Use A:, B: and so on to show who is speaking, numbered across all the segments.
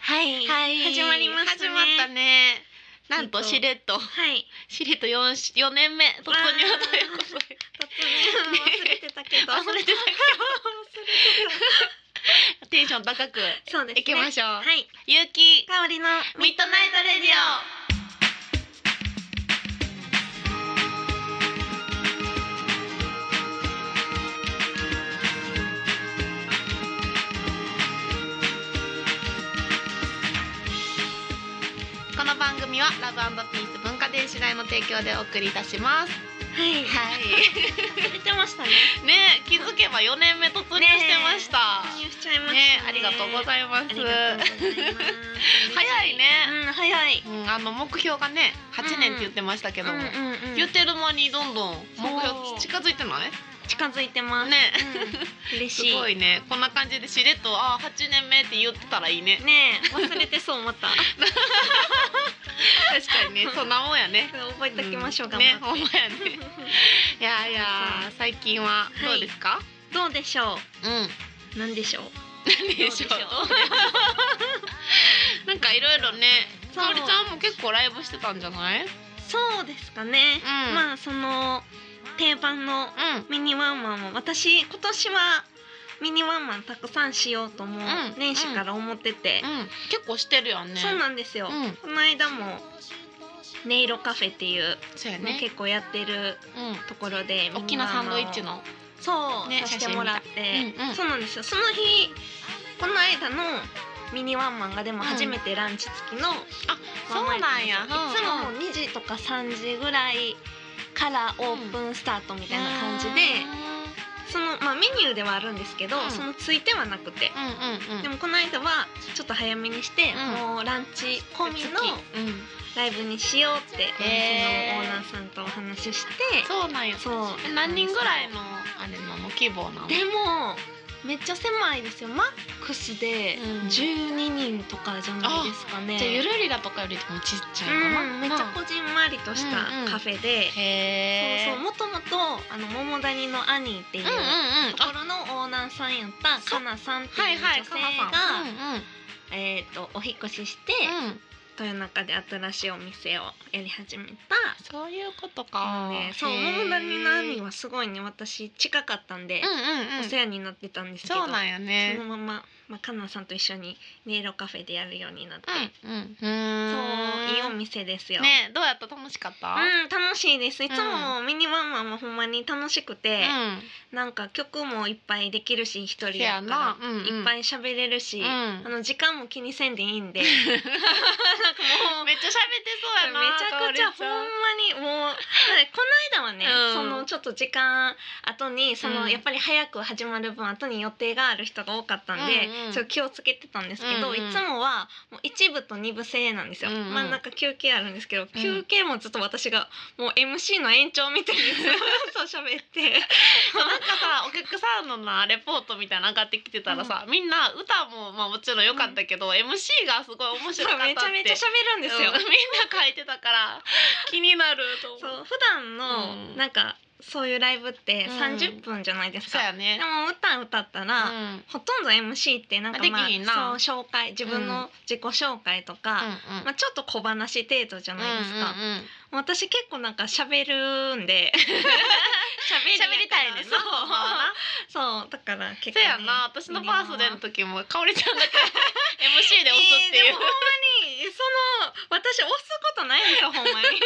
A: はい、
B: はい
A: 始まりました
B: 始
A: ね
B: まったねなんとしれっと
A: はい
B: しれっと四四年目突入ということで
A: 突然忘れてたけど
B: 忘れてたけどテンション高く
A: そうですね
B: いきましょう
A: はい
B: ゆうき
A: 香りの
B: ミッドナイトレディオこの番組はラブピース文化電子代の提供でお送りいたします
A: は
B: はい
A: い忘れてましたね
B: ね気づけば4年目突入してました
A: 記入しちゃいました
B: ねありがとうご
A: い
B: ざいます
A: ます
B: 早いね、
A: うん早い
B: うん、あの目標がね8年って言ってましたけども、
A: うんうん
B: 言ってる間にどんどん目
A: そう
B: 標近づいてない
A: 近づいてます
B: ね
A: うん嬉
B: す
A: しい
B: ごいねこんな感じでしれっとあ8年目って言ってたらいいね
A: ねえ忘れてそうまた
B: 確かにね そんなもんやね
A: 覚えておきましょう
B: か
A: 頑
B: ね
A: 張
B: ほんまや
A: って
B: ねいやいや最近はどうですか、
A: どうでしょ
B: うん
A: うなんでしょう
B: 何でしょう
A: どうでしょ
B: なんかいろいろね
A: そう
B: かおりちゃんも結構ライブしてたんじゃないうん
A: そうですかね、
B: うん
A: まあその定番のミニワンマンも私今年はミニワンマンたくさんしようとも
B: ん
A: 年始から思ってて、
B: うん結構してるよね
A: そうなんですよ、
B: うん
A: この間も音色カフェっていう、
B: そうや
A: まあ
B: ね
A: 結構やってる
B: う
A: ところで
B: ん大きなサンドイッチの
A: そう、
B: ね
A: させてもらっ
B: 写真見
A: て
B: た、うんうん
A: そうなんですよその日この間のミニワンマンがでも初めてランチ付きの、
B: そうなんや
A: いつももう2時とか3時ぐらいからオープンスタートみたいな感じで、そのまあメニューではあるんですけど、
B: うん
A: そのついてはなくて、
B: うんうんうん
A: でもこの間はちょっと早めにして、
B: うん
A: もうランチ込みの
B: 月うん
A: ライブにしようってお店
B: へー
A: のオーナーさんとお話しして、
B: そうなんや
A: そう
B: え何人ぐらいのあれなの規模なの
A: でもめっちゃ狭いですよマックスで
B: うん
A: 12人とかじゃないですかね、
B: じゃあゆるりらとかよりもちっちゃいかな、
A: うん、めっちゃこじんまりとした
B: うんうん
A: カフェで、
B: へえ
A: そうそうもともとあの桃谷のアニーっていう
B: うんうんうん
A: ところのオーナーさんやった
B: そ
A: かなさんって
B: はいいうはい
A: 女
B: か
A: 性
B: なさん
A: が
B: うんうん
A: えーとお引っ越しして
B: うん
A: 豊中で新しいお店をやり始め
B: そういうこと
A: た
B: か
A: のでそう
B: へー
A: 桃谷のアニーはすごいね私近かったんで
B: うんうんう
A: お
B: ん
A: 世話になってたんですけど
B: そうなんやね
A: そのまままあかなさんと一緒に音色カフェでやるようになって
B: うんうん
A: そ
B: う
A: う
B: ん
A: いいお店ですよ。
B: ねどうやった楽しかった
A: うん楽しいですいつもミニワンマンもほんまに楽しくて、
B: うん
A: なんか曲もいっぱいできるし一人
B: せ
A: や
B: や
A: か
B: な
A: ら
B: うんうん
A: いっぱい喋れるし、
B: うん
A: あの時間も気にせんでいい んでなんかもう
B: めっちゃ喋ってそうやな
A: めちゃくち
B: か
A: ゃ
B: おり
A: ほんまにもうこの間はね、
B: うん
A: そのちょっと時間後にそ
B: うん
A: の、やっぱり早く始まる分後に予定がある人が多かったんで、
B: うんうん
A: ちょっと気をつけてたんですけど、
B: うんうん
A: いつもはもう一部と二部制なんですよ、
B: うんうん
A: まあなんか休憩あるんですけど休憩もずっと私がもう MC の延長みたいにずっと 喋って。
B: なんかさお客さんのなレポートみたいなの上がってきてたらさ、みんな歌もまあもちろん良かったけど、MC がすごい面白かったって
A: めちゃめちゃ喋るんですよ
B: うん。みんな書いてたから気になると
A: そ
B: 思う
A: う普段の、
B: うん
A: なんかそういうライブって
B: うん
A: 30分じゃないです
B: そう
A: か。
B: やね
A: でも歌歌ったら、
B: うん
A: ほとんど MC ってなんかま
B: で
A: あ
B: きひんな
A: そう紹介自分の自己紹介とか、まあ、ちょっと小話程度じゃないですか、
B: うんうんうん
A: 私結構なんか喋る んで喋
B: 喋りたいねん
A: そ
B: な
A: う
B: ほんまはな
A: そうだから結
B: せ
A: 構、ね、
B: やな私のバースデーの時もかおりちゃんだ け MC で押すって
A: えー
B: い
A: で
B: う
A: もほん、まにその私押すことないんですよほんま に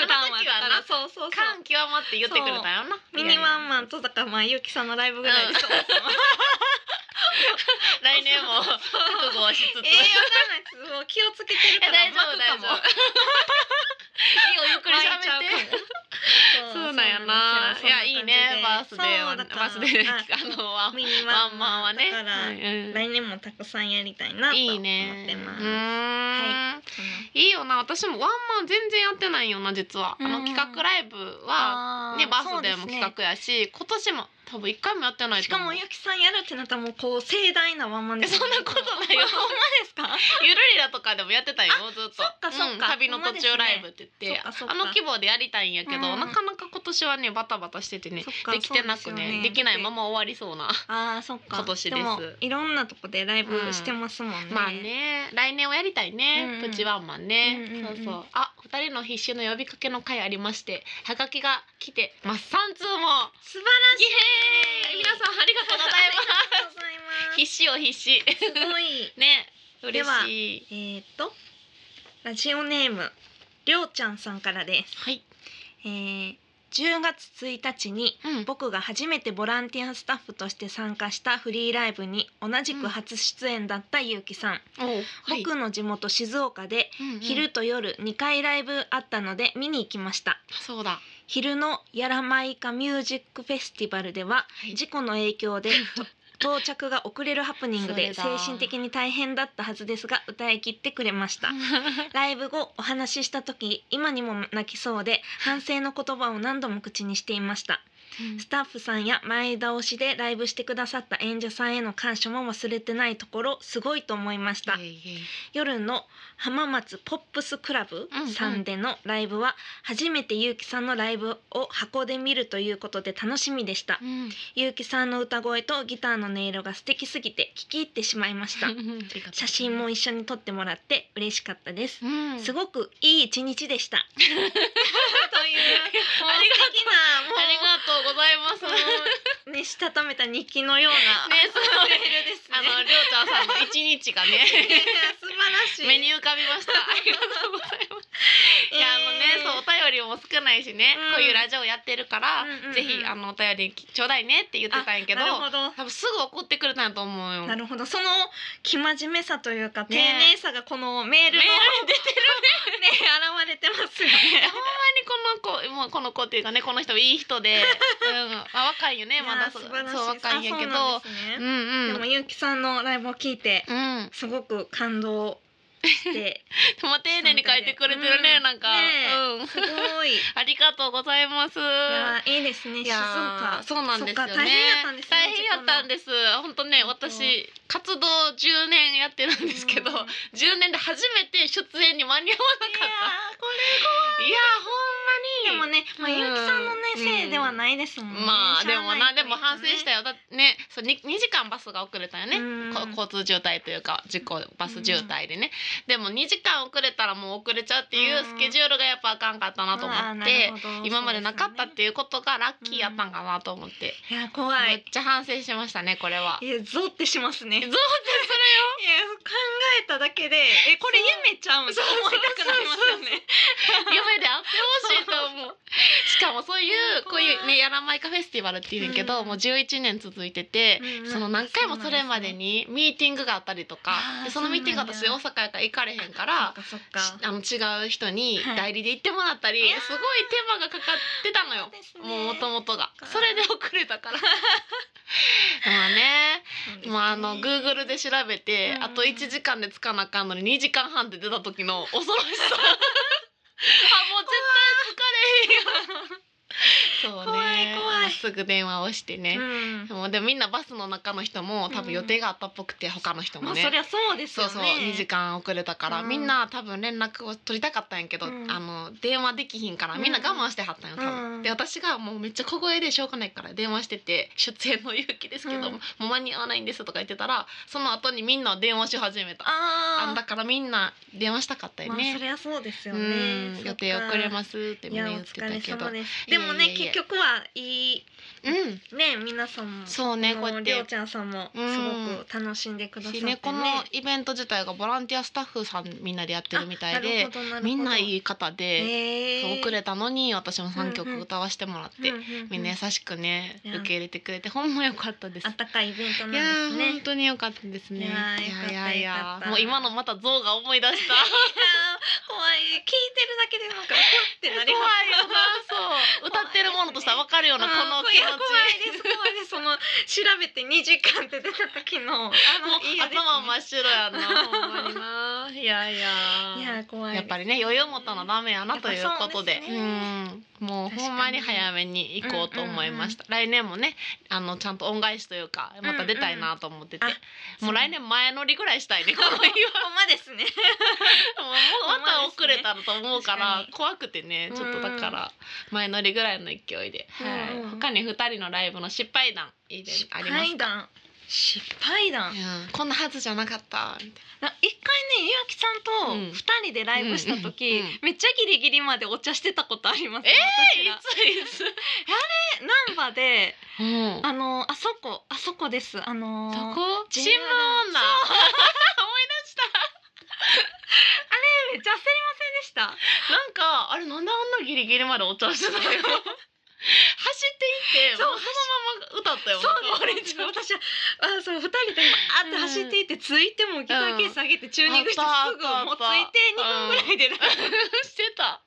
A: 普段はだから
B: あの
A: そうそうそう
B: 感極まって言ってくれたよな
A: ミニワン
B: ン
A: マンとだからまあゆうきさんのライブぐらいですよ、
B: 来年も覚悟をしつつ
A: えー、わかんないです。もう気をつけてる
B: え
A: か
B: 大
A: ら
B: 丈夫大
A: 巻く
B: 丈
A: かも
B: 夫。 いいよゆっくり喋って。そうなんやな。いやいいねバースデーはバースデーであのワン
A: ミニ
B: ワンマンはね。
A: だから、
B: うん
A: 来年もたくさんやりたいなと
B: い
A: 思
B: い
A: っ
B: ね。
A: てます。
B: うーんいいよな。私もワンマン全然やってないよな実は。あ
A: う
B: の
A: ん
B: 企画ライブはねバースデーも企画やし、今年も多分一回もやってない
A: し
B: と
A: か
B: 思
A: も
B: う
A: ゆきさんやるってなったらもうこう盛大なワンマン
B: えそんなことないよ
A: あほんまですか
B: ゆるりらとかでもやってたよずっと
A: そっかそ
B: う
A: っか
B: ん旅の途中ライブって言って、
A: ほんまですねそっかそっ
B: あ
A: か
B: の規模でやりたいんやけど、
A: うん
B: なかなか今年はねバタバタしててね
A: そっか
B: できてなく
A: そう
B: ね
A: すよ
B: できないまま終わりそうな
A: あーそっか
B: 今年です
A: もいろんなとこでライブしてますもんね、
B: まあね来年はやりたいね、
A: うんう
B: プ
A: ん
B: チワンマンね、
A: うんうんうん
B: そうそうあ二人の必修の呼びかけの会ありましてはがきが来てます三通も
A: 素晴
B: イエーイ皆さんありがとうございます
A: らしいありがとうございます
B: 必死よ必死
A: すごい
B: ね
A: で
B: 嬉
A: は
B: しい
A: えー、っとラジオネームりょうちゃんさんからです、
B: はい、
A: えー、10月1日に
B: うん、
A: 僕が初めてボランティアスタッフとして参加したフリーライブに同じく初出演だったゆうきさん、
B: おうはい
A: 僕の地元静岡で
B: うんうん
A: 昼と夜2回ライブあったので見に行きました
B: そうだ
A: 昼のやらまいかミュージックフェスティバルで
B: は
A: は
B: い
A: 事故の影響 でと到着が遅れるハプニングで精
B: それだ
A: 神的に大変だったはずですが歌い切ってくれましたライブ後お話しした時今にも泣きそうで反省の言葉を何度も口にしていました
B: うん
A: スタッフさんや前倒しでライブしてくださった演者さんへの感謝も忘れてないところすごいと思いました
B: いえいえいえ
A: 夜の浜松ポップスクラブ
B: うんうん
A: さんでのライブは初めてゆうきさんのライブを箱で見るということで楽しみでした
B: うん
A: ゆうきさんの歌声とギターの音色が素敵すぎて聞き入ってしまいました 写真も一緒に撮ってもらって嬉しかったです
B: うん
A: すごくいい一日でした という
B: ありがとうありが
A: が
B: とうございます
A: もううねしたためた日記のような
B: ねそう
A: メールです
B: あの
A: ね
B: りょうちゃんさんの一日がね
A: いや 素晴らしい
B: 目に浮かびま したありがとうございますいやあのねそうお便りも少ないしね、
A: うん
B: こういうラジオやってるから、
A: うんうんうん
B: ぜひあのお便りちょうだいねって言ってたんやけど
A: なるほど
B: 多分すぐ怒ってくれたんやと思うよ
A: なるほどその生真面目さというか、丁
B: ね
A: 寧さがこのメールの
B: メール
A: 出てるね現れてますよ
B: いや
A: ね
B: ほんまにこの子もうこの子っていうかねこの人いい人で、うんあ、若 いよねまだそう
A: いやー
B: そう
A: 素晴ら
B: 若い
A: し
B: ん
A: い
B: やけど
A: あ
B: う
A: そうなんです
B: ん
A: ね
B: うん
A: でもゆうきさんのライブを聞いて
B: うん、
A: すごく感動して
B: でも丁寧に書いてくれてるね、
A: うん
B: なんか、
A: ね
B: うん
A: すごいい
B: ありがとうございます。
A: やーいいですね
B: い
A: 静
B: や
A: 岡
B: ーそうなんですよね
A: そっか大変やったんですね
B: 大変やったんです本当ね
A: 本当
B: 私活動10年やってるんですけど、
A: うん
B: 10年で初めて出演に間に合わなかったいや
A: いやー
B: ほん
A: こ
B: ま
A: れ
B: に
A: でもね、まあ、ゆうきさんのね、
B: うん
A: せいではないですもんね
B: まあでもなでも反省した
A: よ
B: よだってねそう 2, 2時間バスが遅れたよね、
A: うん
B: こ交通渋滞というか事故バス渋滞でね、でも2時間遅れたらもう遅れちゃうっていうスケジュールがやっぱあかんかったなと思って、今までなかったっていうことがラッキーやったんかなと思って、
A: いや怖
B: めっ
A: い
B: ちゃ反省しましたねこれは。
A: いやゾってしますね
B: ゾーって
A: いや考えただけでえこれ夢ちゃうんって思いたくなりますよね。
B: それよ夢であってほしい と思うしかもそういうこういうねやらまいかフェスティバルっていうんやけど、
A: うん
B: もう11年続いてて、
A: うん
B: その何回もそれまでにミーティングがあったりとか
A: あー
B: でそのミーティング
A: そう
B: が
A: なん
B: 私大
A: や
B: 阪やから行かれへんから。
A: そっか
B: しあの違う人に
A: はい
B: 代理で行ってもらったり、
A: いやー
B: すごい手間がかかってたのよ
A: そうですね
B: もう元々が
A: そっか
B: それで遅れたから まあねもうあの
A: ー
B: Google で調べて、
A: うん
B: あと1時間でつかなあかんのに2時間半で出た時の 恐ろしさあもう絶対疲れへんよそうね
A: 怖い怖い
B: もうすぐ電話をしてね、
A: うん
B: でもでもみんなバスの中の人も多分予定があったっぽくて、他の人
A: ま
B: も
A: あ
B: ね、
A: そりゃそうです
B: そ
A: よ
B: う
A: ね。
B: そう2時間遅れたから、
A: うん
B: みんな多分連絡を取りたかったんやけど、
A: うん
B: あの電話できひんからみんな我慢してはったんよ多分、
A: うん
B: で私がもうめっちゃ小声でしょうがないから電話してて出演の勇気ですけど、
A: うん
B: もう間に合わないんですとか言ってたらその後にみんな電話し始めたあ
A: あー
B: だからみんな電話したかったよ
A: まあそ
B: ね,、
A: りゃそうですよ
B: う
A: ね。
B: ん予定遅れ
A: す。
B: ますって
A: い
B: みん
A: や
B: な
A: お
B: 言って
A: 疲
B: た
A: れ
B: けど
A: 様です。でもね
B: いえいえいえ
A: 結局はいい
B: うん
A: ね皆さんも
B: そうね
A: あの
B: こうやっ
A: りょ
B: て
A: うちゃんさんもす
B: うん
A: ごく楽しんでくださって
B: しねこのイベント自体がボランティアスタッフさんみんなでやってるみたいでみんないいい方で。そう遅れたのに私も3
A: うんう
B: 曲
A: ん
B: 歌わしてもらって、みんな優しくね、
A: いや
B: 受け入れてくれてほんま良かったです
A: あ。ったかいイベント
B: いや
A: な
B: ー、
A: んですね
B: 本。当に良かったですね。
A: いやー
B: い
A: よかったよかった
B: もう今のまた像が思い出した。
A: いやー怖い聞いてるだけでなんか怒ってな
B: 怖い
A: り
B: よ
A: ま
B: な、そう、
A: す
B: 歌ってるものとさ分かるようなこの
A: うん
B: 気持ち。
A: いや怖いです怖いでその調べて2時間って出た時のあの
B: もう
A: いいやですね
B: 頭真っ白や なほんまにないやいや
A: いや怖い
B: やっぱりね余裕持ったのダメやなということで
A: やっぱそうですね
B: うんもうほんまに早めに行こうと思いました、来年もねあのちゃんと恩返しというかまた出たいなと思ってて、
A: うんうん
B: もう来年前乗りぐらいしたいね この日はもう
A: ほんまですね
B: また遅れたらと思うか
A: ほんま
B: ら
A: ですね
B: 怖くてねちょっとだから前乗りぐらいの勢いで、はい
A: うんうん
B: 他に2人のライブの失敗談いいで
A: 失
B: あります
A: 敗談失敗談
B: うんこんなはずじゃなかったみたい
A: な一回ねゆうきさん
B: うん
A: と二人でライブした時、
B: うんうんうん
A: めっちゃギリギリまでお茶してたことあります
B: え
A: 私ら
B: な。いついつ。
A: えナンバで
B: うん。
A: あのあそこあそこですあ
B: ど
A: の
B: こ？
A: JR
B: 新聞女。
A: めっちゃ焦りませんでした
B: なんかあれなんであんなギリギリまでお茶してたのよ。走っていって、
A: そ
B: も
A: う
B: うそのまま歌ったよ。
A: そうです私はあそう二人であって走っていってついてもギターケース上げてチューニングしてす
B: あっ
A: ぐ
B: たあった
A: もうついて二分ぐらいでライブ
B: してた。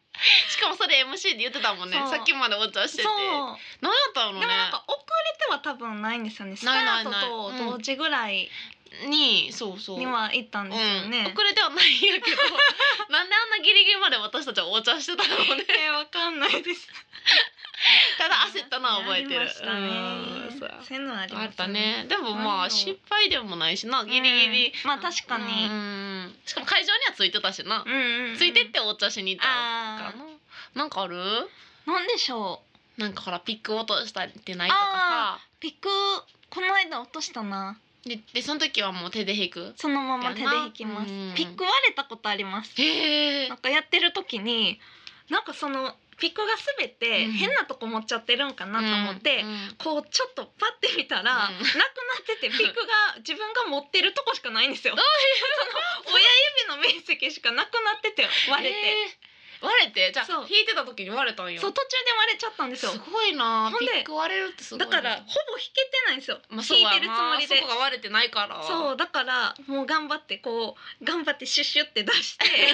B: しかもそれ MC で言ってたもんね。
A: そう
B: さっきまでお茶してて。
A: そう
B: 何やったの
A: で
B: ね
A: も。なんか遅れては多分ないんですよねスタ
B: ないない
A: ー
B: ない
A: トと同時ぐらい
B: に、そうそう。
A: には行ったん
B: う
A: ですよ
B: ん、
A: ね、
B: 遅れてはないんやけどなんであんなギリギリまで私たちはお茶してたのね
A: えーわかんないです
B: ただ 焦ったのは覚えてる
A: ありました
B: う
A: ね
B: んそう
A: そういうのはあります
B: あ
A: よ
B: ったね。でもまあ
A: 何を
B: 失敗でもないしな、ギリギリ。
A: うんまあ確かに
B: うんしかも会場にはついてたしな
A: う。んうん
B: ついてってお茶しに行った
A: あ
B: かな。なんかある？
A: ーなんでしょう
B: なんかほらピック落としたってないとか
A: ピックこの間落としたな
B: さ。ででその時はもう手で引く。
A: そのまま手で弾きます
B: やなうん
A: ピック割れたことあります
B: へえ
A: なん。かやってる時になんかそのピックが滑って
B: うん
A: 変なとこ持っちゃってるんかなと思って、
B: うんうん
A: こうちょっとパッて見たら、
B: うん
A: なくなっててピックが自分が持ってるとこしかない んですよ。その親指の面積しかなくなってて割れて、
B: へー割れてじゃあ
A: そう
B: 引いてた時に割れたんよ。
A: そう途中で割れちゃったんです
B: す
A: よ。
B: ごいな。
A: ほん
B: ピ
A: で
B: ック割れるってすごい
A: だ
B: な。
A: からほぼ弾けてないんですよ。
B: まあそう
A: 弾い
B: やな
A: てるつもりで
B: そ。こが割れてないから。
A: そうだからもう頑張ってこう頑張ってシュッシュって出 して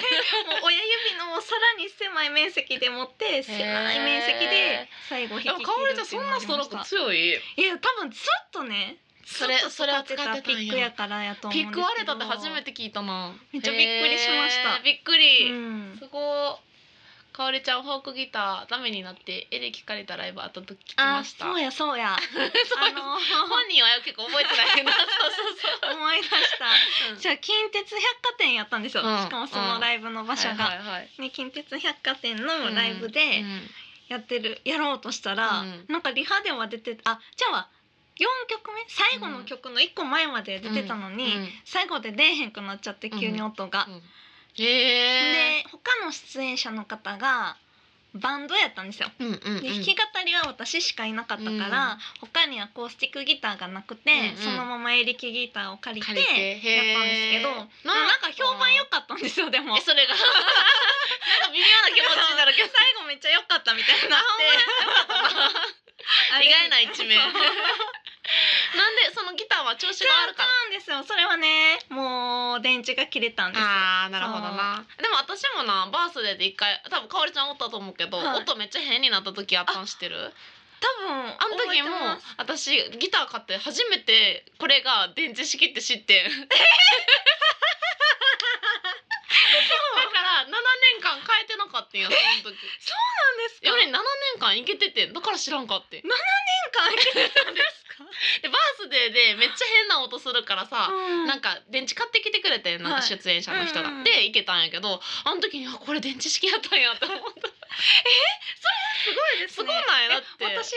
A: もう親指のさらに狭い面積で持って狭い面積で最後
B: で
A: 弾
B: も
A: き
B: かおりちゃんそんなストローク強い
A: いや多分ずっとね
B: それ
A: ずっと
B: それは使ってたんや
A: ピックやからやと思うん
B: ピッ
A: ですけど
B: ク割れたって初めて聞いたな
A: めっちゃびっくりしました
B: へーびっくり、
A: うん
B: すごいかおりちゃんフォークギターダメになってエレキ借りたライブあったと聞き
A: あ
B: ました
A: そうやそう やあ
B: そう
A: の
B: 本人は結構覚えてないけ どそう
A: 思い出した
B: そう
A: じゃあ近鉄百貨店やったんですよ、
B: うん
A: しかもそのライブの場所が、
B: はいはいはい
A: ね、近鉄百貨店のライブで、
B: うんうん
A: やってるやろうとしたら、
B: うん
A: なんかリハでは出てあじゃあ4曲目最後の曲の1個前まで出てたのに、
B: うん
A: 最後で出えへんくなっちゃって急に音が。
B: うんへえ
A: で他の出演者の方がバンドやったんですよ。
B: うんうんうん
A: で弾き語りは私しかいなかったから、
B: うん
A: 他にアコースティックギターがなくて、
B: うんうん
A: そのままエレキギターを借りて
B: 借りて
A: やったんですけど
B: へー
A: なんか評判良かったんですよで も
B: え。それがなんか微妙な気持ちになる けど
A: 最後めっちゃ良かったみたいになって
B: 意外な一面
A: そ
B: な
A: うん
B: でそのギターは調子が悪かった
A: なんですよそれはねもう電池が切れたんですよ
B: あーなるほどなでも私もなバースデーで一回多分かおりちゃんおったと思うけど、
A: はい
B: 音めっちゃ変になった時あったんしてるあ
A: 多分
B: の時も
A: 覚えてます
B: 私ギター買って初めてこれが電池式って知ってん だから7年間変えてなかったんやそ の時よ
A: なんですか
B: り7年間いけててんだから知らんかってで
A: 年間空けてたんですか、
B: バースデーでめっちゃ変な音するからさ、
A: うん
B: なんか電池買ってきてくれてんなんか
A: はい
B: 出演者の人が、
A: うんうん
B: で行けたんやけどあの時にあこれ電池式やったんやって思 った
A: すごいです
B: す
A: ね
B: ごないだっ
A: え
B: て
A: 私そ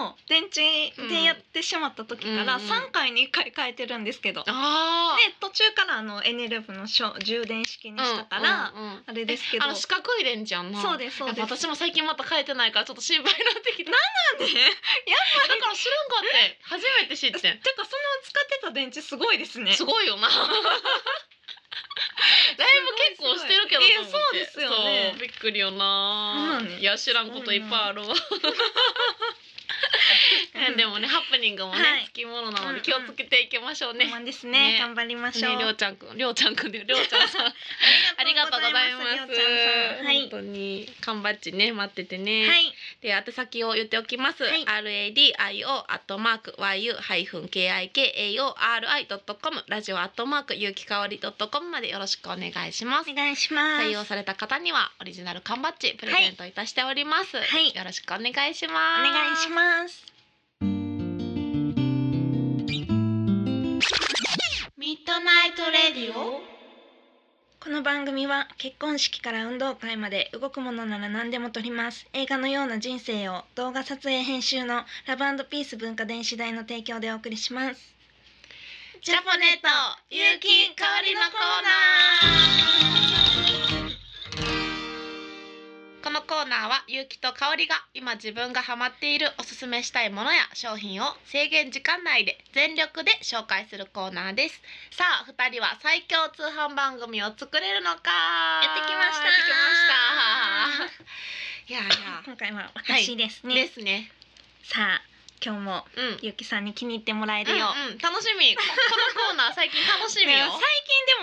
A: の電池でやってしまった時か
B: う
A: ら
B: ん
A: 3回に1回変えてるんですけど、で
B: あー
A: 途中からあのエネルブのしょ充電式にしたから、
B: うんうんうん
A: あれですけ
B: あ
A: ど
B: の四角いレンジやんな
A: そうですそう
B: やっ
A: です
B: ぱ私も最近また変えてないからちょっと心配になってきただ
A: なんでて
B: から知らんかって初めて知ってん
A: かその使ってた電池すごいですね
B: すごいよな ライブ結構してるけど
A: すごい
B: と思って
A: いやそうですよね
B: そうびっくりよ
A: そうな
B: なん
A: です
B: いや知らんこといっぱいあるわ
A: うん
B: でもねハプニングもね、
A: はい
B: つきものなの
A: うん
B: で
A: うん
B: 気をつけていきましょうね、
A: そうなんですね
B: ね
A: 頑張りましょう、
B: ねりょうちゃんくんりょうちゃんくんでりょうちゃんさんあり
A: ありが
B: ありがとうござい
A: り
B: ま
A: ょう
B: す
A: ちゃんさんはい
B: 本当に缶バッジね待っててね、
A: はい、
B: で宛先を言っておきます、
A: はい
B: RADIO アットマーク YU-KIKAORI.com ラジオアットマーク有機香り .com までよろしくお願いします
A: お願いします。
B: 採用された方にはオリジナル缶バッジプレゼントいたしております、
A: はい
B: よろしくお願いします
A: お願いします。
B: ミッドナイトレディオ
A: この番組は結婚式から運動会まで動くものなら何でも撮ります映画のような人生を動画撮影編集のラブピース文化電子台の提供でお送りします
B: ジャポネット有機香りのコーナーこのコーナーは有機と香りが今自分がハマっているおすすめしたいものや商品を制限時間内で全力で紹介するコーナーですさあ二人は最強通販番組を作れるのか
A: やってきました
B: やって きましたいやいや
A: 今回は私ですね、
B: ですね
A: さあ今日も
B: うん
A: ゆきさんに気に入ってもらえるよう、
B: うんうん、楽しみここのコーナー最近楽しみ
A: いや
B: よ
A: 最近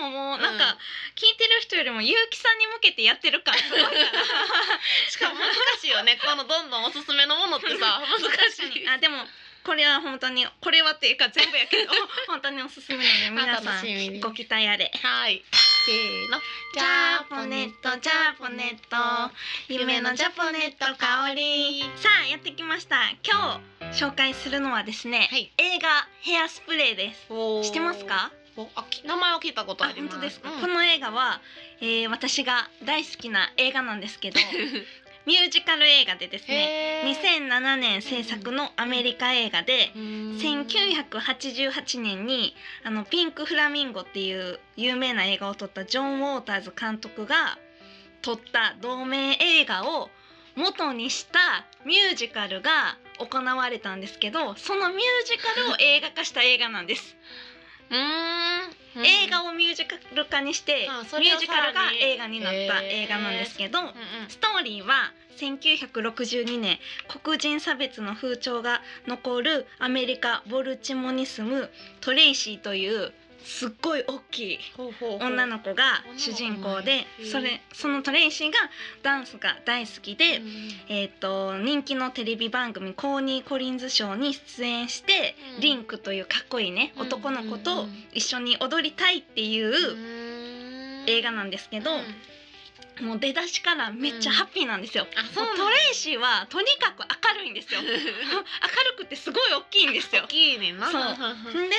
A: でももうなんか、
B: うん
A: 聞いてる人よりもゆうきさんに向けてやってるからすごいから
B: しかも難しいよね。このどんどんおすすめのものって さ、難し
A: 確か
B: い
A: に。あでもこれは本当にこれはっていうか全部や けど本当におすすめなので皆さ
B: 楽しみ
A: ん
B: に
A: ご期待あれ
B: はい。せーの。
A: ジャポネットジャポネット夢のジャポネット香りさあやってきました今日紹介するのはですね、
B: はい
A: 映画ヘアスプレーです
B: おー
A: 知ってますか
B: おあ、き名前は聞いたことあ
A: あ
B: り
A: 本
B: ます。
A: 当ですか、
B: うん
A: この映画は、えー私が大好きな映画なんで すけどミュージカル映画でです
B: へ
A: ね
B: ー。
A: 2007年制作のアメリカ映画で、
B: うーん
A: 1988年にあのピンク・フラミンゴっていう有名な映画を撮ったジョン・ウォーターズ監督が撮った同名映画を元にしたミュージカルが行われたんですけどそのミュージカルを映画化した映画なんです、
B: うーん。
A: 映画
B: を。
A: をミュージカル化にして
B: あそ
A: ミ
B: れを
A: ュージカル
B: さ
A: が
B: らに
A: 映画になった映画なんですけど、
B: うんうん。
A: ストーリーは1962年黒人差別の風潮が残るアメリカボルチモに住むトレイシーというすっごい大きい
B: ほうほうほう
A: 女の子が主人
B: 女の子な
A: 公で
B: んや
A: それそのトレイシーがダンスが大好きで
B: う、ん
A: えー、と人気のテレビ番組「コーニー・コリンズショー」に出演して、
B: うん
A: リンクというかっこいいね男の子
B: う
A: と
B: んうん
A: 一緒に踊りたいっていう
B: うん
A: 映画なんですけど、
B: うん
A: もう出だしからめっちゃハッピーなんですよ。
B: あ、そう
A: も
B: な
A: うんト
B: だ
A: レイシーはとにかく明るい んですよ明るくてすごい大きいんですよ
B: 大きいねんな。
A: そうんんで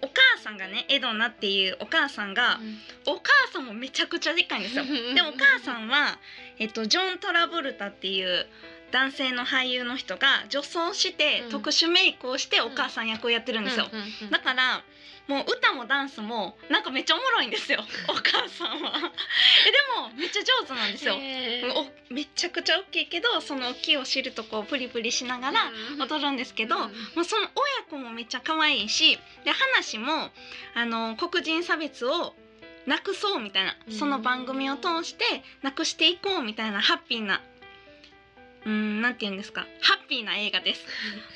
A: お母さんがねエドナっていうお母さんが、お母さんもめちゃくちゃでかいん ですよでもお母さんは、えっと、ジョン・トラボルタっていう男性の俳優の人が女装して、
B: うん
A: 特殊メイクをしてお母さん役をやってるんですよ、
B: うんうんうん
A: だからもう歌もダンスもなんかめっちゃおもろい んですよお母さんはえでもめっちゃ上手なんですよ
B: へー
A: おめちゃくちゃ大きいけどその大きいお汁とこうプリプリしながら
B: うん
A: 踊るんですけど、
B: うん
A: もうその親子もめっちゃ可愛いしで話もあの黒人差別をなくそうみたいな
B: うん
A: その番組を通してなくしていこうみたいなハッピーなうーんなんて言うんですかハッピーな映画です。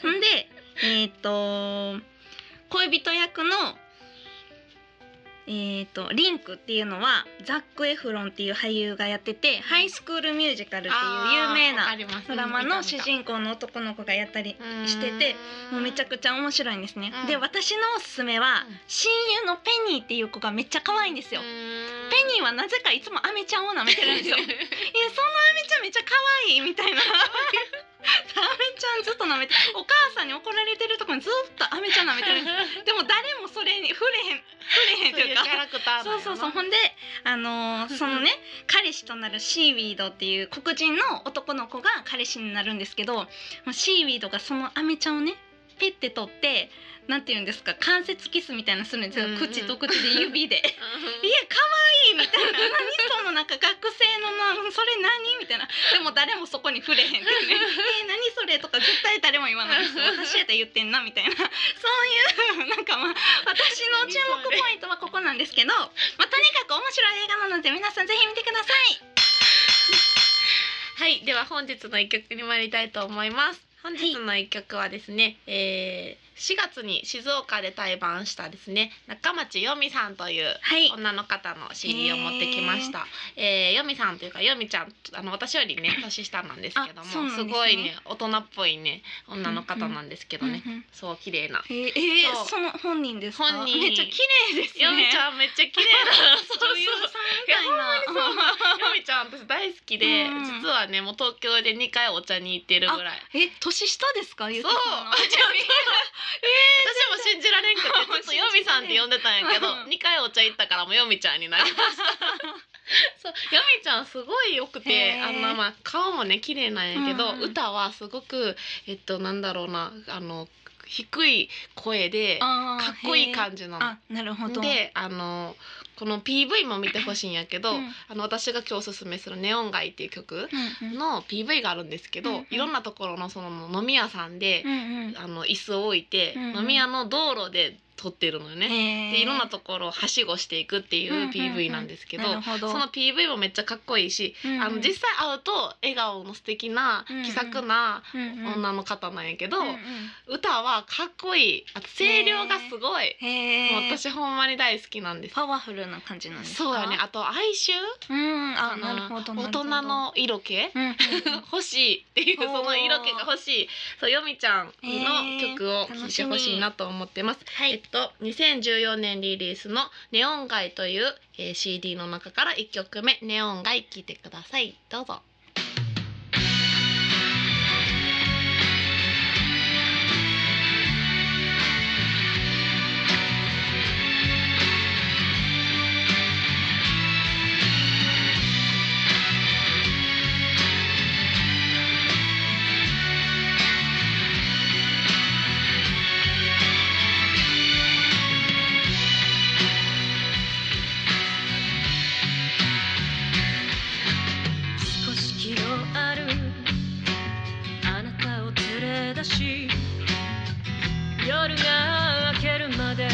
A: んでえっ、と恋人役のえっ、とリンクっていうのはザック・エフロンっていう俳優がやってて「ハイスクールミュージカル」っていう有名なドラマの主人公の男の子がやったりしててもうめちゃ
B: く
A: くちゃ面白いんですね。
B: うん
A: で私のおすすめは
B: うん
A: 親友のペニーっていう子がめっちゃ可愛いんですよ。ペ
B: ペ
A: ニーはなぜかいつもアメちゃんを舐めてるん ですよ。えそのアメちゃんめっちゃ可愛いみたいな。アメちゃんずっと舐めてお母さんに怒られてるとこにずっとアメちゃん舐めてるんですでも誰もそれに触れへん触れへんと
B: そう
A: い
B: いうう
A: か
B: キャラクター
A: そうそうそうほんであのーそのね彼氏となるシーウィードっていう黒人の男の子が彼氏になるんですけどもうシーウィードがそのアメちゃんをねペッて取ってなんていうんですか関節キスみたいなのするんですよ、
B: うんうん
A: 口と口で指で。い
B: い
A: や可愛いみたいな何そのなんか学生のなそれ何みたいなでも誰もそこに触れへんっていうねえー何それとか絶対誰も言わないです私やったら言ってんなみたいなそういうなんかまあ私の注目ポイントはここなんですけど、まあ、とにかく面白い映画なので皆さんぜひ見てください
B: はいでは本日の一曲に参りたいと思います本日の一曲はですね、えー4月に静岡で対バンしたですね中町よみさんという
A: はい
B: 女の方の CD を持ってきました。えー、よみさんというかよみちゃんあの私よりね年下なんですけども
A: あ
B: す,、
A: そうなんですね
B: ごいね大人っぽいね女の方なんですけどね、
A: うんうん
B: そう綺麗な。
A: えーえー
B: そう
A: その本人ですか
B: 本人
A: めっちゃ綺麗ですね
B: よみちゃんめっちゃ綺麗なそういう
A: 女優さんみたいな
B: そうよみちゃん私大好きで、
A: うん
B: 実はねもう東京で2回お茶に行ってるぐらい。
A: え年下ですかゆう
B: そ
A: た
B: う
A: さんの
B: 私も 信じられんくてずっ とよみさんって呼んでたんやけ
A: う
B: ど
A: ん
B: 2回お茶行ったからもうよみちゃんになり ましたそうよみちゃんすごいよくて
A: へー
B: あの、まあ、顔もね綺麗なんやけど、
A: うんうん
B: 歌はすごくえっとなんだろうなあの低い声でか
A: あー
B: っこいい感じなの。
A: あなるほど
B: であのこの PV も見てほしいんやけど、
A: うん
B: あの私が今日おすすめする「ネオン街」っていう曲
A: うんうん
B: の PV があるんですけど、
A: うんうん
B: いろんなところのその飲み屋さんで、
A: うんうん
B: あの椅子を置いて、
A: うんうん
B: 飲み屋の道路で撮ってるのよね。
A: ね
B: でいろんなところをはしごしていくってい
A: うんうんう
B: うん PV なんですけど、
A: なるほど
B: その PV もめっちゃかっこいいし、
A: うんうん
B: あの実際会うと笑顔の素敵な
A: うんうん
B: 気さくな
A: うんうん
B: 女の方なんやけど、
A: うんうん
B: 歌はかっこいいあと声量がすごい、
A: へ
B: もう
A: え
B: 私ほんまに大好きなんです。
A: パワフルな感じなんですか
B: そうやねあと哀愁
A: うんあ
B: あの
A: なるほどな
B: 大
A: る
B: 人
A: ほど
B: の色気、
A: うん うんうん
B: 欲しいっていう
A: おー
B: その色気が欲しいそうよみちゃんの曲を
A: えー
B: 聴いてほしいなと思ってます、
A: は
B: えっと2014年リリースの「ネオン街」という、えー CD の中から1曲目「ネオン街」聴いてくださいどうぞ
C: 少し気のあるあなたを連れ出し夜が明けるまで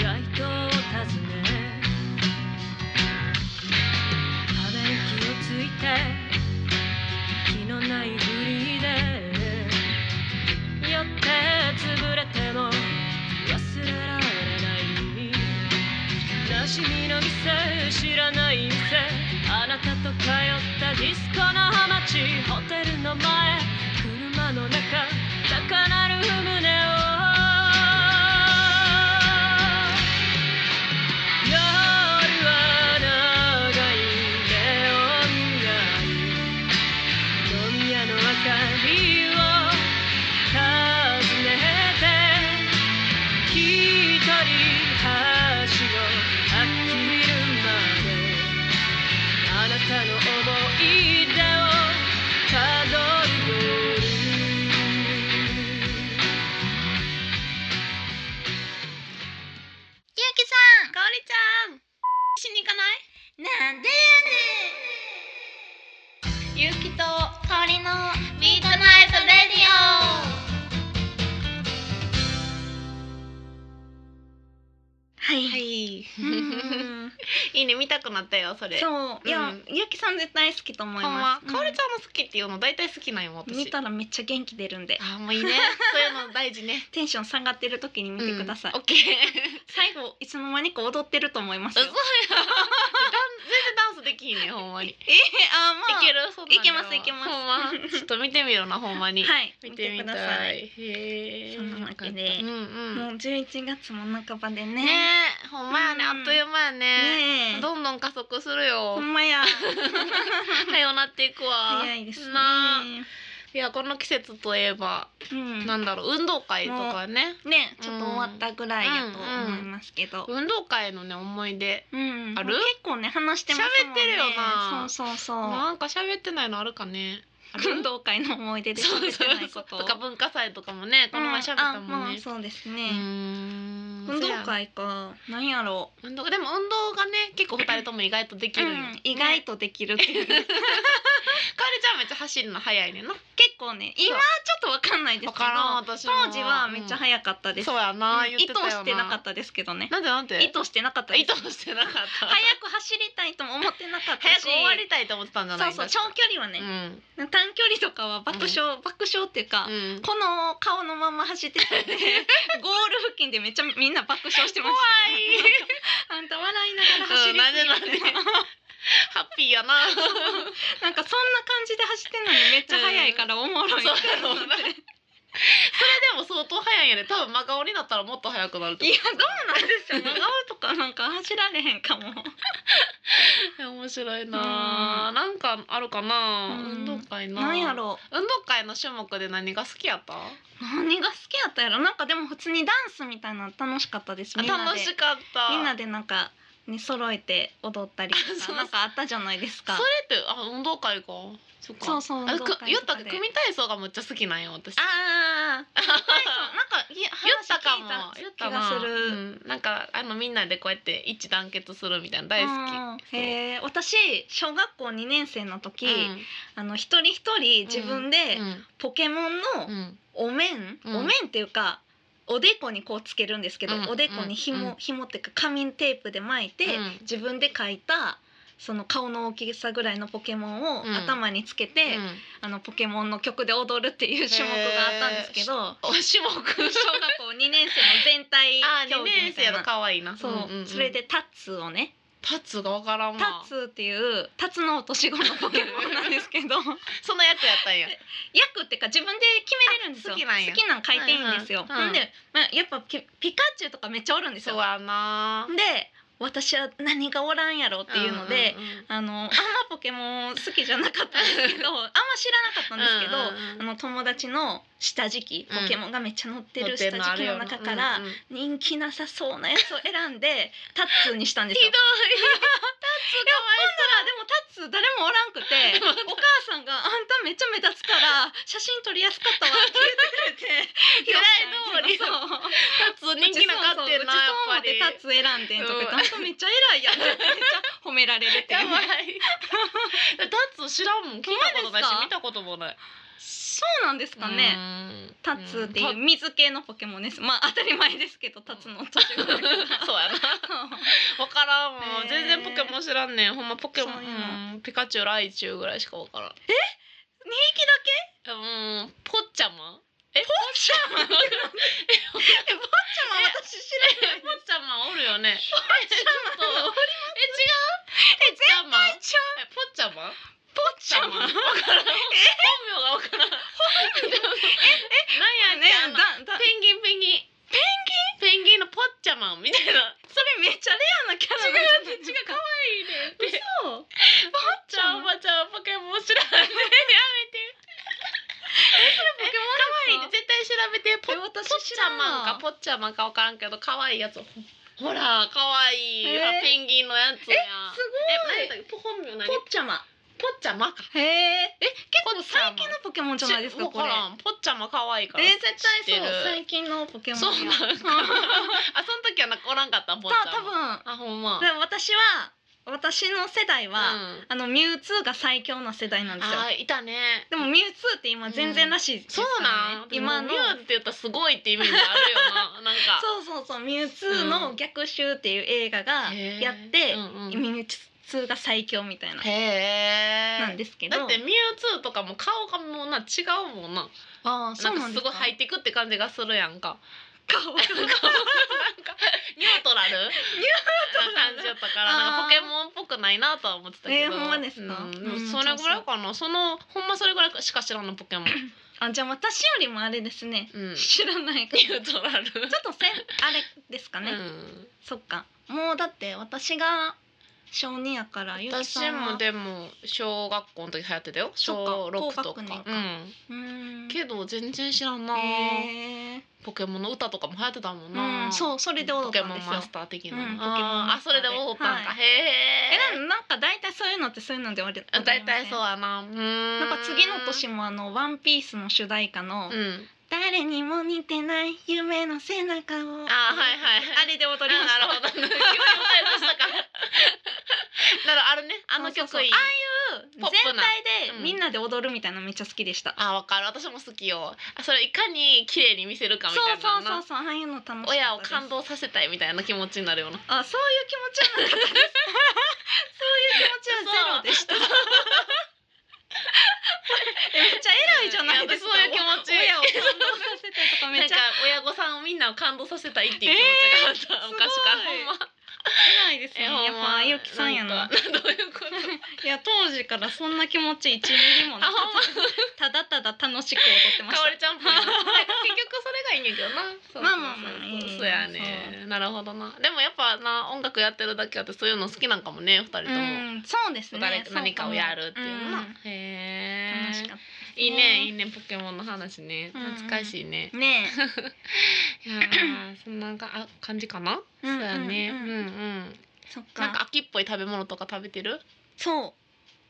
C: 街灯を訪ねため息をついて気のないふりで寄って潰れても忘れられない馴染みの店知らない店あなたと通ったディスコのハマチホテルの前車の中高鳴る胸を夜は長いネオン街飲み屋の明かりを訪ねて一人はしご飽きるまであなたの思い出をたどり通る
A: ゆうきさんかおりちゃん
B: しに行かない
A: なんで
B: ゆうきと
A: やねん香りの
B: ミートナイトレディ
A: はい、
B: オはい
A: うん
B: いいね見たくなったよそれ
A: そういや、
B: うん
A: ゆうきさん絶対好きと思い
B: ほんま
A: ま
B: かお
A: す
B: りちゃんも好きっていうの大体好きなんよ
A: うん
B: 私
A: 見たらめっちゃ元気出るんで
B: あーもういいねそういうの大事ね
A: テンション下がってる時に見てください、
B: うんオッケー
A: 最後いつの間にか踊ってると思います
B: 嘘
A: よ
B: やダン全然ダンスできひんねんほんまにい
A: えー、あーまあ
B: けるそんなんでも
A: いけますいけます
B: ほんまちょっと見てみろなほんまに、
A: はい
B: 見てみたい
A: ください
B: へえ
A: そんなわけで
B: うん
A: もう
B: うん
A: 11月も半ばで
B: ね
A: ね
B: えほんまやね、
A: うん
B: あっという間やね
A: ねえ
B: どんどん加速するよ
A: ほんまや
B: 早うなっていくわ
A: 早いですね
B: なあいやこの季節といえば、
A: うん
B: なんだろう運動会とかね
A: ねちょっと終わったぐらいやと思いますけど、
B: 運動会のね思い出
A: うん
B: ある
A: 結構ね話してますもんね
B: 喋ってるよな
A: そうそうそう、
B: なんか喋ってないのあるかねある
A: 運動会の思い出で
B: そう
A: 喋っ
B: そう
A: てない
B: そ
A: こ
B: う
A: と
B: とか文化祭とかもねこの前喋った
A: う
B: も
A: んあ
B: ん
A: ま
B: ね
A: あ、そうです
B: う
A: ね、
B: ん
A: 運動
B: そうや
A: 会かなんやろ
B: 運動でも運動がね結構二人とも意外とでき
A: う、う
B: るよ、
A: ん、意外
B: ね
A: とできるっていう、ね、
B: かおりちゃんめっちゃ走るの早いねんな
A: 結構ね今はちょっとわかんないです
B: わ
A: け
B: からん
A: ど
B: 私も
A: 当時はめっちゃ
B: い
A: 早かったです、
B: そうやな、
A: うん
B: 言
A: 意
B: って
A: 図
B: たよな
A: してなかったですけどね
B: なんでなんで
A: 意図してなかったで
B: 意
A: す
B: 図してなかった
A: 早く走りたいとも思ってなかった
B: 早
A: し
B: く終わりたいと思ってたんじゃない
A: そうそう長距離はね、
B: ね
A: 短短距離とかは爆笑、爆笑っていうか、
B: うん
A: この顔のまま走ってたん でゴール付近でめっちゃみんな爆笑してま
B: 怖
A: し
B: い
A: たあんた笑いながら走りすぎみたいな
B: ハッピーやな
A: なんかそんな感じで走ってんのにめっちゃ速いからおもろいなと思っ
B: そうだろうな
A: て
B: でも相当早いんやね多分真顔になったらもっと早くなると
A: い
B: 思
A: やどうなんでしょう真顔とかなんか走られへんかも
B: う 面白いな、
A: うん
B: なんかあるかな、
A: うん
B: 運動会な
A: なんやろう
B: 運動会の種目で何が好きやった
A: 何が好きやったやろなんかでも普通にダンスみたいなの楽しかったですみんなで
B: 楽しかった
A: みんな
B: で
A: でなんかね揃えて踊ったりと
B: そうそ
A: か
B: う
A: なんかあったじゃないです
B: そ
A: か
B: れってあ運動会かそっか
A: そうそう
B: あ
A: 運動会とか
B: く
A: で
B: 言ったっけ組体操がめっちゃ好きなんよ私
A: ああーなんかいや
B: 言ったかも
A: 話聞
B: 言
A: い
B: ったた
A: 気が
B: な
A: する、
B: うん、なんかあのみんなでこうやって一致団結するみたいな大好き
A: うんへえ私小学校2年生の時、
B: うん
A: あの一人一人自分でポケモンの
B: うんうん
A: お面、
B: うん
A: お面っていうかおでこにこうつけるんですけど、
B: うん
A: おでこに
B: う
A: 紐、
B: ん
A: 紐っていうか紙テープで巻いて、
B: うん
A: 自分で描いたその顔の大きさぐらいのポケモンを
B: うん
A: 頭につけて、
B: うん
A: あのポケモンの曲で踊るっていう種目があったんですけど、
B: お種目
A: 小学校2年生の全 体
B: あー
A: 競
B: 二
A: 技み
B: 年
A: たい
B: 生
A: な
B: の。可愛いな
A: そう、
B: んんん
A: それでタッツをね、
B: タツがわからんわ
A: タッツっていうタツの年子のポケモンなんですけど
B: その役やったん や
A: 役っていうか自分で決めれるんですよ
B: あ好きなんや
A: ん書いていいんですよ、
B: うんうんうん
A: ほんで、まあ、やっぱピピカチュウとかめっちゃおるんです
B: そ
A: よ
B: うやな
A: で私は何がおらんやろっていうので、
B: うんうんうん
A: あのあんまポケモン好きじゃなかったんで すけどあんま知らなかったんですけど
B: うんうんうん
A: あの友達の下敷きポケモンがめっちゃ載ってる下敷きの中から
B: うんうん
A: 人気なさそうなやつを選んで タッツーにしたんです
B: ひど
A: よ。
B: い
A: ほんな らでもタッツー誰もおらんくてお母さんが「あんためっちゃ目立つから写真撮りやすかったわ」って言ってくれて
B: 狙い通り
A: そう
B: タツ人気なかってんなやっぱり
A: うちそう思ってタッツー選んでんとか言って「
B: うん
A: あんためっちゃ偉いやん」ってめっちゃ褒められるってい
B: や
A: う
B: ばいタツ知らんもん聞いたことないし
A: ほんまですか
B: 見たこともない
A: そうなんですかね、
B: ね
A: タッツーっていう水系のポケモンです。まあ当たり前ですけどタツの年
B: そう
A: 頃
B: やなわからんわ
A: ねえ
B: 全然ポケモン知らんねんほんまポケモン
A: そうやな
B: うんピカチュウライチュウぐらいしかわからん
A: 二匹だけ？
B: うんポッチャマンえポッ
A: ちゃま、ちゃま
B: え
A: 私知らない。
B: ポッチャマンおるよね
A: ポッチャマ
B: そう
A: え
B: ポッチャマン
A: 絶対ちゃう
B: えポッチャマン
A: ポッチャマ。
B: わからん。本名がわからん。本名。
A: ね
B: なんやねん。あの
A: だだ
B: ペンギンペンギン。ペンギン。ペンギンのポッチャマンみたいな。
A: それめっちゃレアなキャラなんじゃないですか。
B: 愛いね。で、
A: そう。
B: おばちゃんおばちゃんポケモン知らない。やめて。
A: ポケ
B: 可愛い
A: モ
B: ね
A: ン。
B: 絶対調べて。ポ
A: え
B: ッ
A: 私
B: ポッチ
A: 知
B: ャ
A: らん
B: マンかポッチャマンかわからんけど可愛いやつ。ほほら可愛い
A: えー
B: あペンギンのやつや。
A: す
B: え何
A: ごい。
B: だっけポ本名何？
A: ポ
B: ポ
A: ッチャ
B: ッ
A: マ。
B: チャマか。
A: へえ。え結構
B: ポッチャマ
A: 最近のポケモンじゃないですか
B: わ
A: これ。
B: らん。ポッチャマ可愛いから。
A: え絶対
B: 知って
A: そう
B: る
A: 最近のポケモン
B: そう
A: や。
B: なんか あその時はなんかおらんかったんぽっち
A: た
B: ゃ
A: 多
B: んは
A: 分。
B: あほんま
A: で私は私の世代は、
B: うん
A: あのミュウツーが最強な世代なんですよ
B: あーいたね
A: でもミュウツーって今全然らしいです
B: そ
A: か
B: う
A: ら
B: な
A: ね
B: ん
A: 今
B: 今
A: の
B: のミュウって言ったらすごいってイメージあるよななんか
A: そうそうそうミュウツーの逆襲っていう映画が
B: へー
A: やって、
B: うんうん
A: ミュウツーが最強みたいな
B: へ
A: なん
B: え
A: ですけど
B: だってミュウツーとかも顔がもうな違うもんな
A: ああそう
B: な
A: なんん
B: か
A: です
B: すご
A: か
B: い入ってくって感じがするやんか
A: 顔
B: なん
A: が
B: か ニュートラルな感じやったからなんか
A: あー
B: ポケモンっぽくないなとは思ってたけど
A: えーほんまですか
B: うん、で
A: う
B: も
A: ん
B: それぐらいかなそのほんまそれぐらいしか知らんのポケモン、
A: あじゃあ私よりもあれですね、
B: うん、
A: 知らないか
B: ニ
A: ら
B: ュートラル。
A: ちょっとせんあれですかね、
B: うん
A: そっかもうだって私が小二やからゆき
B: 私
A: さんは
B: もでも小学校の時流行ってたよ
A: そっか
B: 小六とか
A: 高学年か
B: うん、
A: うーん
B: けど全然知らんな、
A: へー
B: ポケモンの歌とかも流行ってたもんな、
A: うん、そうそれで踊
B: ポ
A: っ
B: ケ
A: た
B: モ
A: ん
B: ン
A: ですよ
B: マスター的な、
A: うんポケモン
B: あー
A: マ
B: あ
A: ス
B: そ
A: ター
B: れ
A: で
B: で踊ったんか、
A: はい
B: へ
A: えな
B: え
A: んなんか大体そういうのってそういうので終わり
B: だいたいそう
A: う
B: やなうーん
A: なんか次の年もあの「ワンピースの主題歌の「
B: うん
A: 誰にも似てない夢の背中を」
B: あーはいはい
A: あれで踊
B: あ
A: りました
B: なるほ ど急に歌い出したからなるあるねあの
A: そうそ
B: 曲
A: うそう
B: いいポップ
A: 全
B: な
A: 体
B: う
A: で
B: ん
A: みんなで踊るみたいなのめっちゃ好きでした、
B: あわかる私も好きよあそれいかに綺麗に見せるかみ
A: そ
B: たいうな
A: そ
B: の
A: う
B: な
A: そうそうああいうの楽しかったです
B: 親を感動させたいみたいな気持ちになるような
A: あそういう気持ちはなかったですそういう気持ちはゼロでしたえいじゃないですか
B: いやそういう気持ち
A: 親を感動させたりとかめ
B: な
A: っ
B: ん
A: ち
B: か
A: ゃ
B: 親御さんをみんなを感動させたいっていう気持ちがあった、
A: えー
B: 昔からほんま
A: 偉いですねやっぱゆきさんや
B: な
A: な
B: んかどういうこと
A: いや当時からそんな気持ち一ミリもな
B: あ
A: か
B: ほんま
A: ったただただ楽しく踊ってま
B: か
A: した
B: おりちゃんっぽいななんか結局それがいいねんけどなそうそうそう
A: まあまあまあいいね
B: そうやねなるほどなでもやっぱな音楽やってるだけあってそういうの好きなんかもね二人とも、
A: うんそうです
B: 誰
A: ね
B: 何かをやるっていうのは、
A: ん
B: へ
A: 楽し
B: え
A: かった
B: いいねいいねポケモンの話ね
A: うんうん
B: 懐かしいね、
A: ね え
B: いやーそんなかあ感じかな、
A: う
B: そ
A: ん
B: うやねう
A: うんん
B: う
A: うんんそっ
B: なんか
A: か
B: 秋っぽい食べ物とか食べてる
A: そう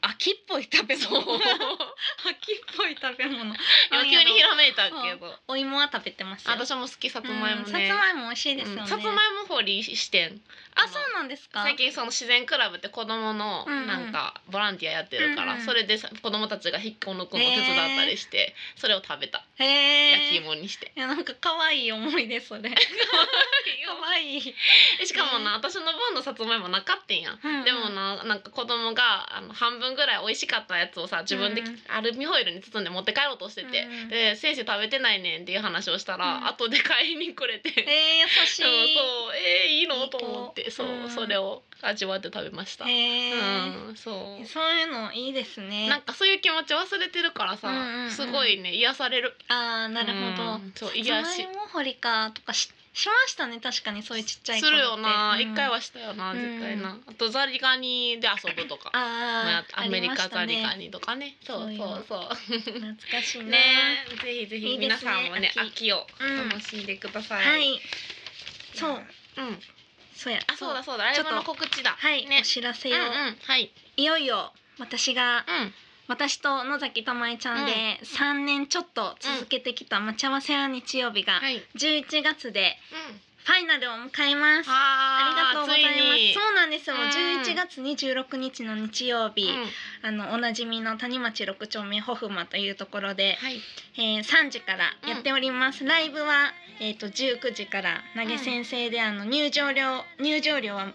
A: 秋っぽい食べ
B: そう
A: 物
B: 今
A: 秋っぽい食べ物
B: 急にひらめいたけど
A: お芋は食べてますよ
B: あ私も好きさつ
A: うん
B: まいもね、
A: さつまいも美味しいですよね
B: うんさつまいも掘りしてん
A: あそうなんですか
B: 最近その自然クラブって子供の
A: うんうん
B: なんかボランティアやってるから、
A: うんうん
B: それでさ子供たちが引っこ抜くのを手伝ったりして、それを食べた
A: へえ
B: 焼き芋にして、
A: いやなんか可愛い思い出 それ可愛い
B: えしかもな私の分のさつまいもなかったんやんでもななんか子供があの半分ぐらい美味しかったやつをさ自分でき
A: うん
B: アルミホイルに包んで持って帰ろうとしてて、
A: うん
B: で先生食べてないねんっていう話をしたら、
A: うん
B: 後で買いにくれて、
A: えー、優し
B: そ
A: い
B: うそうえー、いいの
A: いい
B: と
A: 子
B: 思ってそう、
A: うん
B: それを味わって食べました、
A: へー
B: うんそう
A: そういうのいいですね
B: なんかそういう気持ち忘れてるからさ、
A: うんうんうん
B: すごいね癒される
A: あーなるほど、
B: うんそう
A: い
B: 癒
A: や
B: やし
A: しも掘りかとかししましたね確かにそういうちっちゃい
B: す
A: 頃って
B: るよな
A: うん
B: 一、回はしたよな絶対な、あとザリガニで遊ぶとかま
A: あ
B: あア
A: ー
B: メリカザリガ
A: ニ
B: ニとかねそう
A: そういう
B: そ
A: の
B: うそう
A: 懐かしいな
B: ね ぜひぜひ
A: いいで
B: 皆
A: すね
B: さんもね秋を
A: うん
B: 楽しんでください、
A: はい、そう
B: うん
A: そうや
B: あそうだそうだライブの告知だ
A: はい、
B: ね
A: お知らせ
B: うん
A: よ、
B: うんはい
A: いよいよ私が
B: うん
A: 私と野崎たまえちゃんで3年ちょっと続けてきた待ち合わせは日曜日が
B: はいうん
A: 11月でファイナルを迎えますありがとうございます
B: つ
A: そうなんですよ、
B: うん
A: 11月26日の日曜日、
B: いにうん
A: あのおなじみの谷町六丁目ホフマというところで、
B: はい
A: えー、3時からやっております、ライブは、えー、と19時から投げ先生で、あの入場料入場料は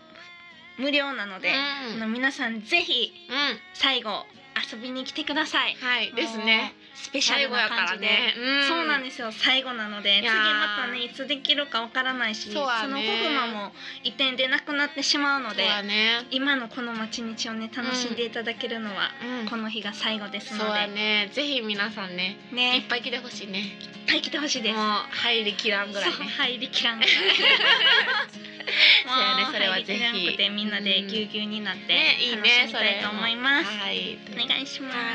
A: 無料なので、
B: うん
A: あの皆さんぜひ
B: うん
A: 最後遊びに来てください
B: はいですね
A: もうスペシャ
B: 最
A: ル
B: 後
A: な
B: やから
A: 感じで、
B: ねうん
A: そうなんですよ最後なので
B: い
A: 次
B: やー
A: またねいつできるかわからないし
B: そうやね
A: のホフマも移転でなくなってしまうの
B: そう
A: で
B: やね
A: 今のこの町日をね楽しんでいただけるのは、
B: うん
A: この日が最後です
B: そ
A: の
B: うや
A: で
B: ねぜひ皆さんねいっ
A: ね
B: ぱい来てほしいね
A: いっぱい来てほしいです
B: もう入りきらんぐらい
A: そう
B: ね
A: 入りきらん ぐらい
B: そうやね
A: も
B: それはぜひ
A: 入りきらんくてみんなでぎゅうぎゅうになって
B: ねいい
A: 楽
B: ね
A: しみたいと思います、
B: はい
A: お願いします、
B: はい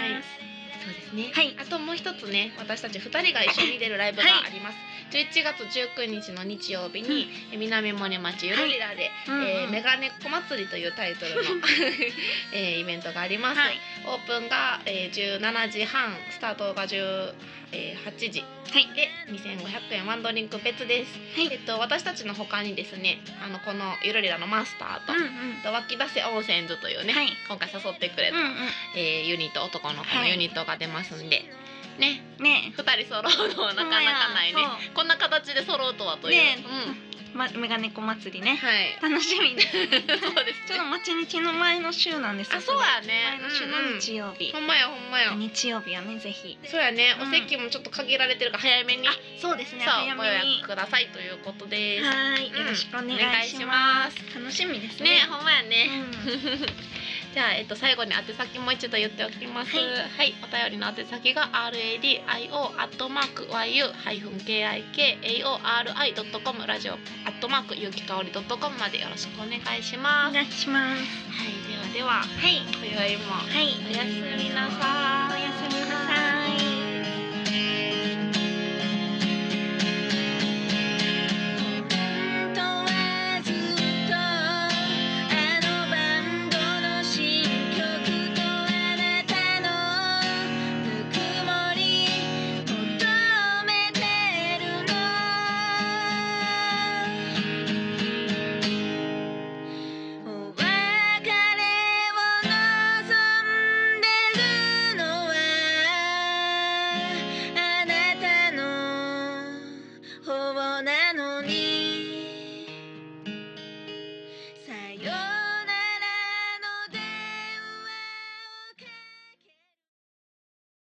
B: そうですね。
A: はい
B: あともう一つね、私たち二人が一緒に出るライブがあります。11月19日の日曜日に、え南森町ゆるりらで、
A: うん
B: えー
A: うん
B: メガネっ子祭りというタイト ルの、えーイベントがあります。
A: はい
B: オープンが、えー、17時半、スタートが18時。
A: はい
B: で2500円ワンドリンク別です、
A: はい
B: えっと、私たちの他にですねあのこのゆるりらのマスターと、
A: うんうん
B: あと湧き出せ温泉図というね、
A: はい
B: 今回誘ってくれた、
A: うん
B: えーユニット男の子の
A: はい
B: ユニットが出ますんで、ね
A: うんね
B: 2人揃うのはなかなかないね
A: ほんまや
B: こんな形で揃うとはという、
A: ね
B: うん、
A: ま、メガネ子祭りね
B: はい
A: 楽しみですね
B: そうです
A: ちょう
B: ね
A: ど町日の前の週なんですよ
B: あそうやね
A: 前の週の日曜日
B: ほ、んまやほんまや
A: 日曜日はねぜひ
B: そうやね、
A: うん
B: お席もちょっと限られてるから早めに
A: あそうですね
B: そ
A: 早
B: うご予
A: めに
B: 約くださいということです
A: はい
B: うん
A: よろしくお願
B: お
A: い
B: 願い
A: し
B: し
A: ま
B: ます
A: す楽しみですね
B: ねほんまやね、
A: うん
B: じゃあ、えっと、最後に宛先もう一度言っておきます。は
A: はいい、
B: お便りの宛先が r a d i o アットマーク y u ハイフン k i k a o r i ドットコムラジオアットマークゆきかおりドットコムまでよろしくお願いしま
A: お
B: す。はい、
A: 願いします
B: ではでは、
A: はい
B: 今宵も
A: はい
B: おやすみなさい。
A: おやすみ